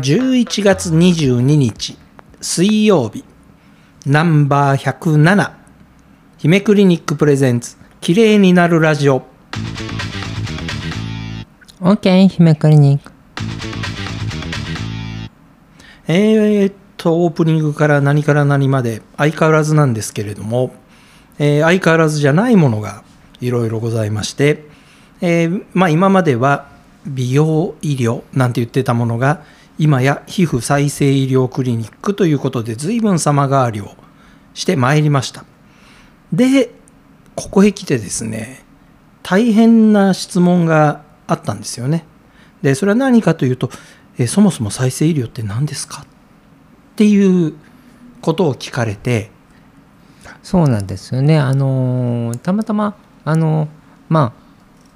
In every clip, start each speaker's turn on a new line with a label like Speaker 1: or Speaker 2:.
Speaker 1: 11月22日水曜日ナンバー107姫クリニックプレゼンツ綺麗になるラジオ
Speaker 2: OK、姫クリニック。
Speaker 1: えーっとオープニングから何から何まで相変わらずなんですけれども、えー相変わらずじゃないものがいろいろございまして、えーまあ、今までは美容医療なんて言ってたものが今や皮膚再生医療クリニックということで随分様変わりをしてまいりましたでここへ来てですね大変な質問があったんですよねでそれは何かというと、えーそもそも再生医療って何ですかっていうことを聞かれて
Speaker 2: そうなんですよね。あのーたまたま、あのーま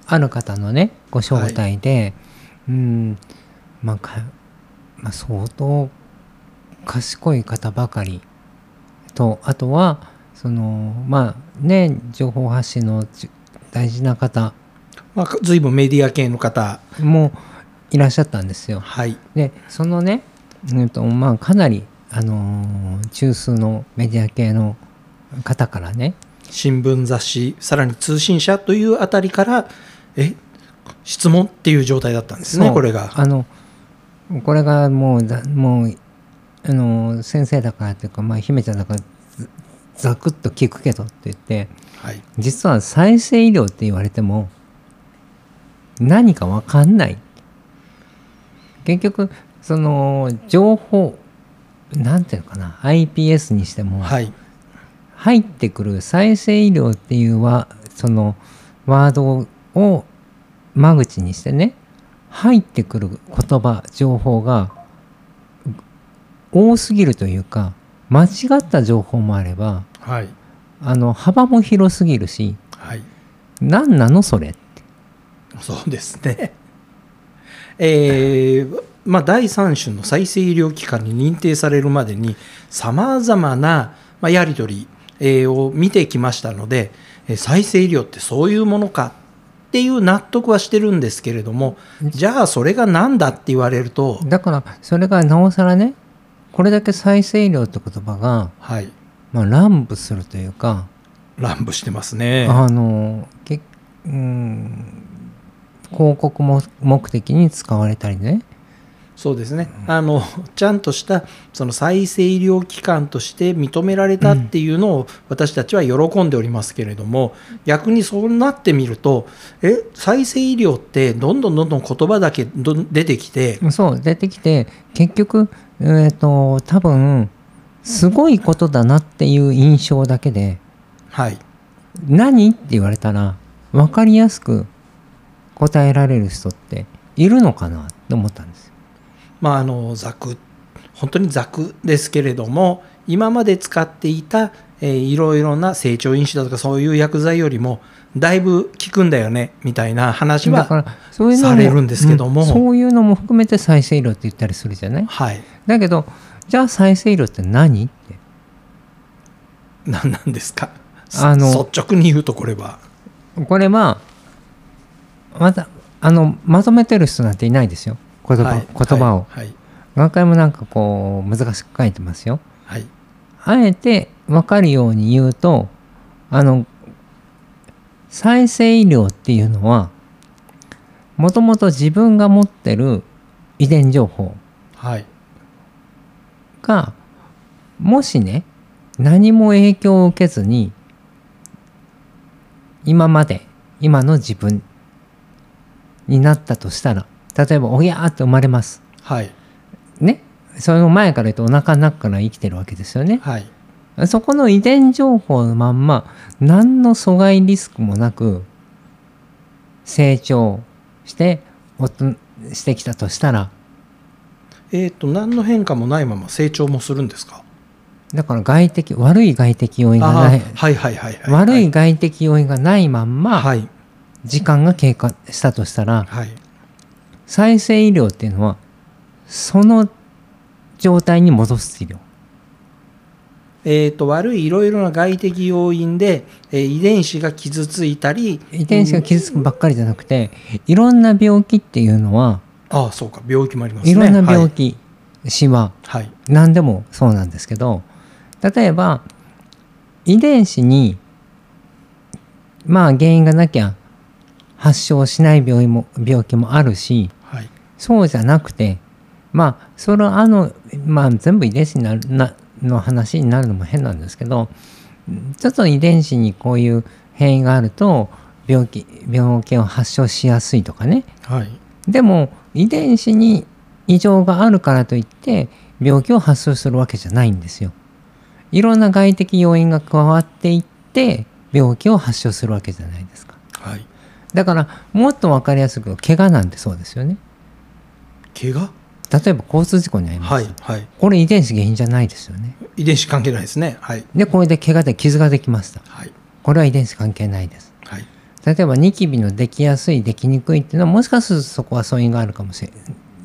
Speaker 2: あ、ある方のね、ご招待で、うん、まあ、かまあ、相当賢い方ばかりと、あとは、その、まあ、ね、情報発信のじ大事な方
Speaker 1: まあ、随分メディア系の方
Speaker 2: もいらっしゃったんですよ。
Speaker 1: はい
Speaker 2: でそのね、うんとまあ、かなり、あのー中枢のメディア系の方からね
Speaker 1: 新聞雑誌さらに通信社というあたりからえ質問っていう状態だったんですね
Speaker 2: そう
Speaker 1: これが
Speaker 2: あのこれがもうだもう、あのー先生だからというか、まあ、姫ちゃんだからざざくっと聞くけどって言って
Speaker 1: はい
Speaker 2: 実は再生医療って言われても何か分かんない結局その情報なんていうのかな iPS にしても、
Speaker 1: はい
Speaker 2: 入ってくる再生医療っていうはそのワードを間口にしてね入ってくる言葉情報が多すぎるというか間違った情報もあれば
Speaker 1: はい
Speaker 2: あの幅も広すぎるし
Speaker 1: はい
Speaker 2: 何なのそれ
Speaker 1: そうですね えーまあ、第三種の再生医療機関に認定されるまでにさまざまな、まあ、やり取り、えーを見てきましたので、えー再生医療ってそういうものかっていう納得はしてるんですけれどもじゃあそれが何だって言われると、
Speaker 2: だからそれがなおさらねこれだけ再生医療って言葉が、
Speaker 1: はい、
Speaker 2: まあ、乱舞するというか
Speaker 1: 乱舞してますね。
Speaker 2: あのけうん広告も目的に使われたりね
Speaker 1: そうですね、あのちゃんとしたその再生医療機関として認められたっていうのを私たちは喜んでおりますけれども、逆にそうなってみるとえ再生医療ってどんどんどんどん言葉だけどん出てきて、
Speaker 2: そう出てきて結局えっ、と多分すごいことだなっていう印象だけで
Speaker 1: はい、
Speaker 2: 「何?」って言われたら分かりやすく答えられる人っているのかなって思ったんですよ。
Speaker 1: まああのざく本当にざくですけれども今まで使っていた、えーいろいろな成長因子だとかそういう薬剤よりもだいぶ効くんだよねみたいな話
Speaker 2: だ
Speaker 1: は
Speaker 2: からそういうのも
Speaker 1: されるんですけども
Speaker 2: うんそういうのも含めて再生医療って言ったりするじゃない
Speaker 1: はい
Speaker 2: だけどじゃあ再生医療って何って
Speaker 1: 何なんですか
Speaker 2: あの
Speaker 1: そ率直に言うとこれは
Speaker 2: これはまたあのまとめてる人なんていないですよ言葉,、
Speaker 1: はい
Speaker 2: 言葉を、
Speaker 1: はい
Speaker 2: 何回もなんかこう難しく書いてますよ
Speaker 1: はい、はい
Speaker 2: あえて分かるように言うとあの再生医療っていうのはもともと自分が持ってる遺伝情報
Speaker 1: はい
Speaker 2: がもしね何も影響を受けずに今まで今の自分になったとしたら例えばおぎゃーって生まれます
Speaker 1: はい
Speaker 2: ねその前から言うとお腹の中から生きてるわけですよね
Speaker 1: はい
Speaker 2: そこの遺伝情報のまんま何の阻害リスクもなく成長しておとしてきたとしたら
Speaker 1: えっ、と何の変化もないまま成長もするんですか
Speaker 2: だから外的悪い外的要因がない
Speaker 1: あーはいはいはいはい
Speaker 2: 悪い外的要因がないまんま
Speaker 1: はい
Speaker 2: 時間が経過したとしたら
Speaker 1: はい
Speaker 2: 再生医療っていうのはその状態に戻す治療
Speaker 1: えー、と悪いいろいろな外的要因で、えー遺伝子が傷ついたり
Speaker 2: 遺伝子が傷つくばっかりじゃなくていろんな病気っていうのは
Speaker 1: ああそうか病気もありますね
Speaker 2: いろんな病気、しは
Speaker 1: はい、はい
Speaker 2: 何でもそうなんですけど例えば遺伝子にまあ原因がなきゃ発症しない病院も病気もあるし
Speaker 1: はい
Speaker 2: そうじゃなくてまあそれはあの、まあ、全部遺伝子になるなの話になるのも変なんですけどちょっと遺伝子にこういう変異があると病気病気を発症しやすいとかね
Speaker 1: はい
Speaker 2: でも遺伝子に異常があるからといって病気を発症するわけじゃないんですよ。いろんな外的要因が加わっていって病気を発症するわけじゃないですか。
Speaker 1: はい
Speaker 2: だからもっと分かりやすく怪我なんてそうですよね。
Speaker 1: 怪我
Speaker 2: 例えば交通事故に遭いました。
Speaker 1: はいはい
Speaker 2: これ遺伝子原因じゃないですよね。
Speaker 1: 遺伝子関係ないですねはい
Speaker 2: でこれで怪我で傷ができました。
Speaker 1: はい
Speaker 2: これは遺伝子関係ないです。
Speaker 1: はい
Speaker 2: 例えばニキビのできやすいできにくいっていうのはもしかするとそこは素因があるかもしれ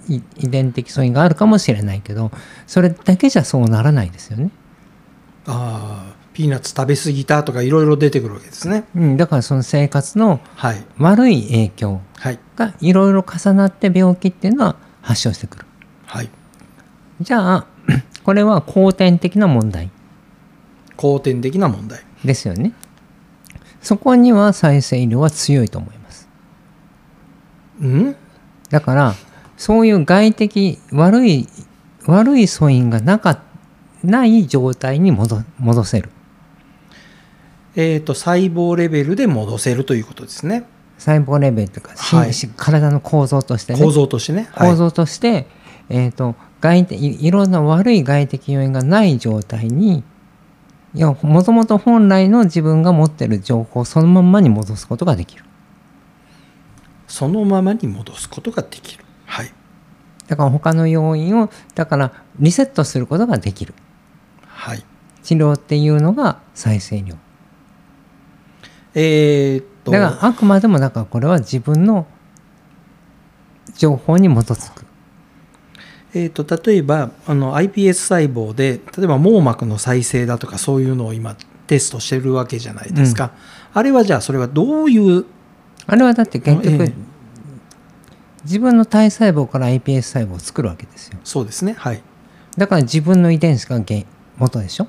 Speaker 2: い遺伝的素因があるかもしれないけどそれだけじゃそうならないですよね、
Speaker 1: ああピーナッツ食べ過ぎたとかいろいろ出てくるわけですね
Speaker 2: うん、だからその生活の
Speaker 1: はい
Speaker 2: 悪い影響
Speaker 1: はい
Speaker 2: がいろいろ重なって病気っていうのは発症してくる
Speaker 1: はい
Speaker 2: じゃあ これは後天的な問題
Speaker 1: 後天的な問題
Speaker 2: ですよねそこには再生医療は強いと思います
Speaker 1: うん
Speaker 2: だからそういう外的悪い悪い素因がなかない状態に戻戻せる
Speaker 1: えっ、と細胞レベルで戻せるということですね
Speaker 2: 細胞レベルというか、し
Speaker 1: はい
Speaker 2: し体の構造としてね
Speaker 1: 構造としてね
Speaker 2: 構造として、えー、と外的いいろんな悪い外的要因がない状態にいやもともと本来の自分が持ってる情報をそのまんまに戻すことができる
Speaker 1: そのままに戻すことができる。はい。
Speaker 2: だから他の要因をだからリセットすることができる
Speaker 1: はい。
Speaker 2: 治療っていうのが再生医療
Speaker 1: えーっと、
Speaker 2: だからあくまでもだからこれは自分の情報に基づく
Speaker 1: えーっと例えばあの iPS 細胞で、例えば網膜の再生だとかそういうのを今テストしてるわけじゃないですか。あれはじゃあそれはどういう、
Speaker 2: あれはだって結局、
Speaker 1: ええ
Speaker 2: 自分の体細胞から iPS 細胞を作るわけですよ
Speaker 1: そうですね。はい。
Speaker 2: だから自分の遺伝子が原因元でしょ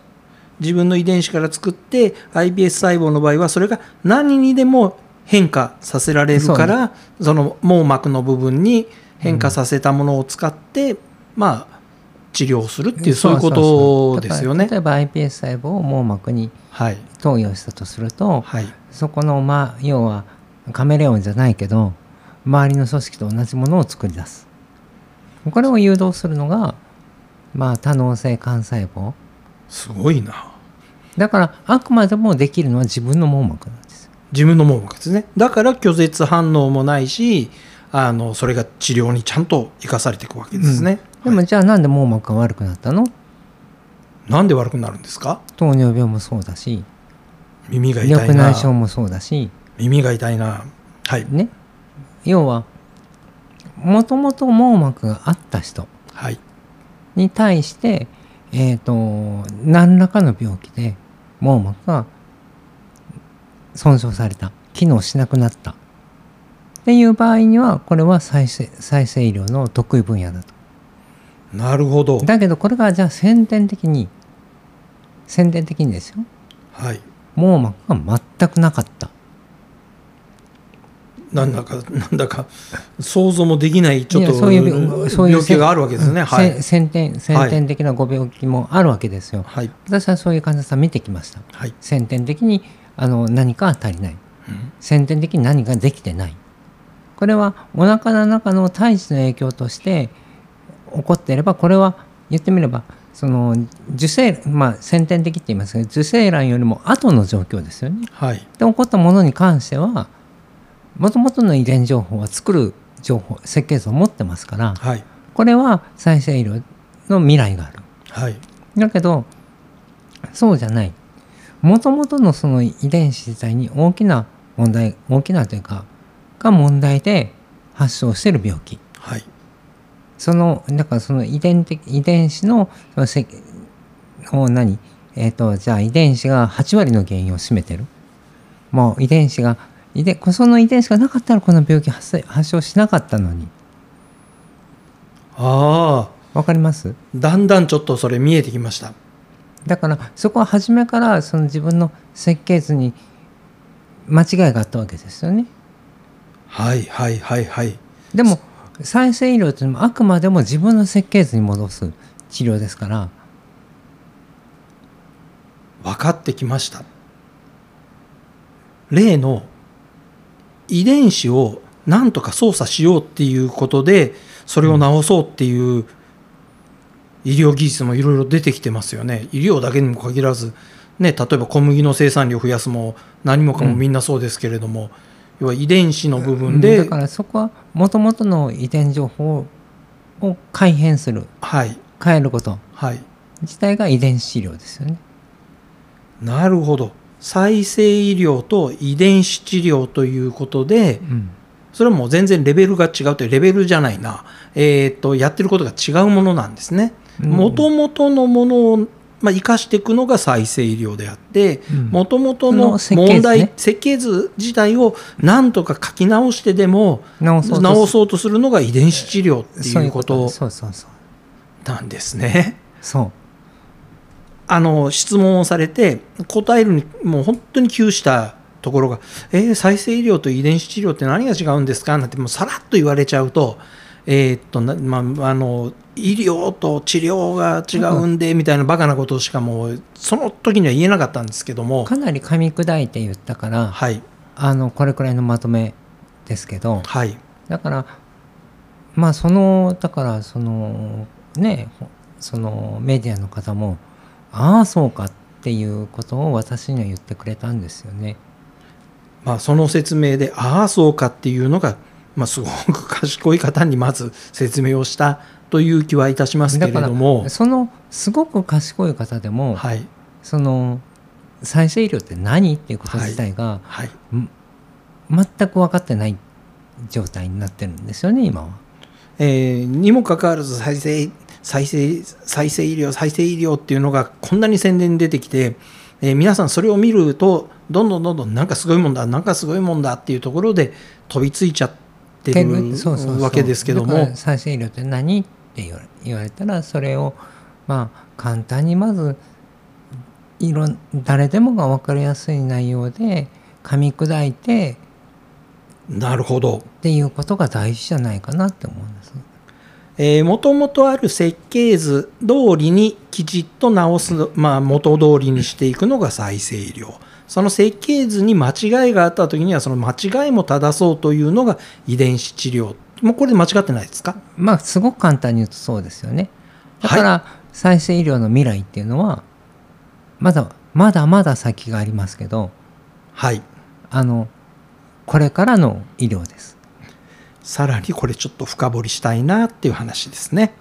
Speaker 1: 自分の遺伝子から作って iPS 細胞の場合はそれが何にでも変化させられるからそ,、の網膜の部分に変化させたものを使って、まあ治療するっていうそういうことですよね。
Speaker 2: だから例えば iPS 細胞を網膜に
Speaker 1: はい
Speaker 2: 投与したとすると
Speaker 1: はい
Speaker 2: そこのまあ要はカメレオンじゃないけど周りの組織と同じものを作り出すこれを誘導するのがまあ多能性幹細胞
Speaker 1: すごいな
Speaker 2: だからあくまでもできるのは自分の網膜なんですよ
Speaker 1: 自分の網膜ですねだから拒絶反応もないしあのそれが治療にちゃんと生かされていくわけですね、
Speaker 2: でも
Speaker 1: はい
Speaker 2: じゃあなんで網膜が悪くなったの
Speaker 1: なんで悪くなるんですか
Speaker 2: 糖尿病もそうだし
Speaker 1: 耳が痛い
Speaker 2: 緑
Speaker 1: な
Speaker 2: 内障もそうだし
Speaker 1: 耳が痛いなはい
Speaker 2: ね要はもともと網膜があった人
Speaker 1: はい
Speaker 2: に対して、えー、と何らかの病気で網膜が損傷された機能しなくなったっていう場合にはこれは再生再生医療の得意分野だと。
Speaker 1: なるほど
Speaker 2: だけどこれがじゃあ先天的に先天的にですよ
Speaker 1: はい
Speaker 2: 網膜が全くなかった
Speaker 1: なんだかなんだか想像もできないちょっ
Speaker 2: い
Speaker 1: と
Speaker 2: やそういう病そういう
Speaker 1: 病気があるわけですねは
Speaker 2: せ
Speaker 1: い
Speaker 2: 先天先天的なご病気もあるわけですよ、
Speaker 1: はい
Speaker 2: 私はそういう患者さん見てきました
Speaker 1: はい、
Speaker 2: 先天的にあの何か足りない
Speaker 1: うん
Speaker 2: 先天的に何かできてないこれはお腹の中の胎児の影響として起こっていればこれは言ってみればその受精まあ先天的って言いますけど受精卵よりも後の状況ですよね。
Speaker 1: はい
Speaker 2: で起こったものに関してはもともとの遺伝情報は作る情報設計図を持ってますから
Speaker 1: はい
Speaker 2: これは再生医療の未来がある。
Speaker 1: はい
Speaker 2: だけどそうじゃないもともとのその遺伝子自体に大きな問題大きなというかが問題で発症してる病気
Speaker 1: はい
Speaker 2: そのだからその遺伝的遺伝子のそのせを何えっ、とじゃあ遺伝子が8割の原因を占めてるもう遺伝子が遺伝その遺伝子がなかったらこの病気発生発症しなかったのに
Speaker 1: ああ
Speaker 2: わかります
Speaker 1: だんだんちょっとそれ見えてきました
Speaker 2: だからそこは初めからその自分の設計図に間違いがあったわけですよね
Speaker 1: はいはいはいはい
Speaker 2: でも再生医療というのもあくまでも自分の設計図に戻す治療ですから
Speaker 1: 分かってきました例の遺伝子をなんとか操作しようっていうことでそれを治そうっていう医療技術もいろいろ出てきてますよね医療だけにも限らず、ね、例えば小麦の生産量を増やすも何もかもみんなそうですけれども、要は遺伝子の部分で、
Speaker 2: だからそこはもともとの遺伝情報を改変する
Speaker 1: はい
Speaker 2: 変えること
Speaker 1: はい
Speaker 2: 自体が遺伝子治療ですよね
Speaker 1: なるほど再生医療と遺伝子治療ということで、
Speaker 2: うん
Speaker 1: それはもう全然レベルが違うというレベルじゃないな、えー、とやってることが違うものなんですね。
Speaker 2: うん
Speaker 1: もともとのものを、まあ、生かしていくのが再生医療であって
Speaker 2: うん
Speaker 1: もともと
Speaker 2: の
Speaker 1: の
Speaker 2: 設計図ね
Speaker 1: 問題、設計図自体をなんとか書き直してでも
Speaker 2: 治そうと
Speaker 1: 治そうとするのが遺伝子治療って
Speaker 2: そう
Speaker 1: いうこと
Speaker 2: そうそうそう
Speaker 1: なんですね。
Speaker 2: そう
Speaker 1: あの質問をされて答えるにもう本当に窮したところが「えー再生医療と遺伝子治療って何が違うんですか?」なんてもうさらっと言われちゃうと「えーっとなまあ、あの医療と治療が違うんで」みたいなバカなことしかもうその時には言えなかったんですけども
Speaker 2: かなり噛み砕いて言ったから
Speaker 1: はい
Speaker 2: あのこれくらいのまとめですけど
Speaker 1: はい
Speaker 2: だからまあそのだからそのねほそのメディアの方もああそうかっていうことを私には言ってくれたんですよね。
Speaker 1: まあ、その説明で「ああそうか」っていうのが、まあ、すごく賢い方にまず説明をしたという気はいたしますけれども。
Speaker 2: そのすごく賢い方でも、
Speaker 1: はい
Speaker 2: その再生医療って何っていうこと自体が、
Speaker 1: はい
Speaker 2: 全く分かってない状態になってるんですよね今は。
Speaker 1: えーにもかかわらず再生再生再生医療再生医療っていうのがこんなに宣伝に出てきて、えー皆さんそれを見るとどんどんどんどんなんかすごいもんだなんかすごいもんだっていうところで飛びついちゃってる
Speaker 2: そうそうそう
Speaker 1: わけですけど
Speaker 2: だか
Speaker 1: も
Speaker 2: ら再生医療って何って言われ言われたらそれをまあ簡単にまずいろん誰でもが分かりやすい内容で噛み砕いて
Speaker 1: なるほど。
Speaker 2: っていうことが大事じゃないかなって思うんです。
Speaker 1: もともとある設計図通りにきちっと直す、まあ、元通りにしていくのが再生医療その設計図に間違いがあった時にはその間違いも正そうというのが遺伝子治療もうこれで間違ってないですか
Speaker 2: まあすごく簡単に言うとそうですよね。だから再生医療の未来っていうのはまだまだまだ先がありますけど
Speaker 1: はい
Speaker 2: あのこれからの医療です。
Speaker 1: さらにこれちょっと深掘りしたいなっていう話ですね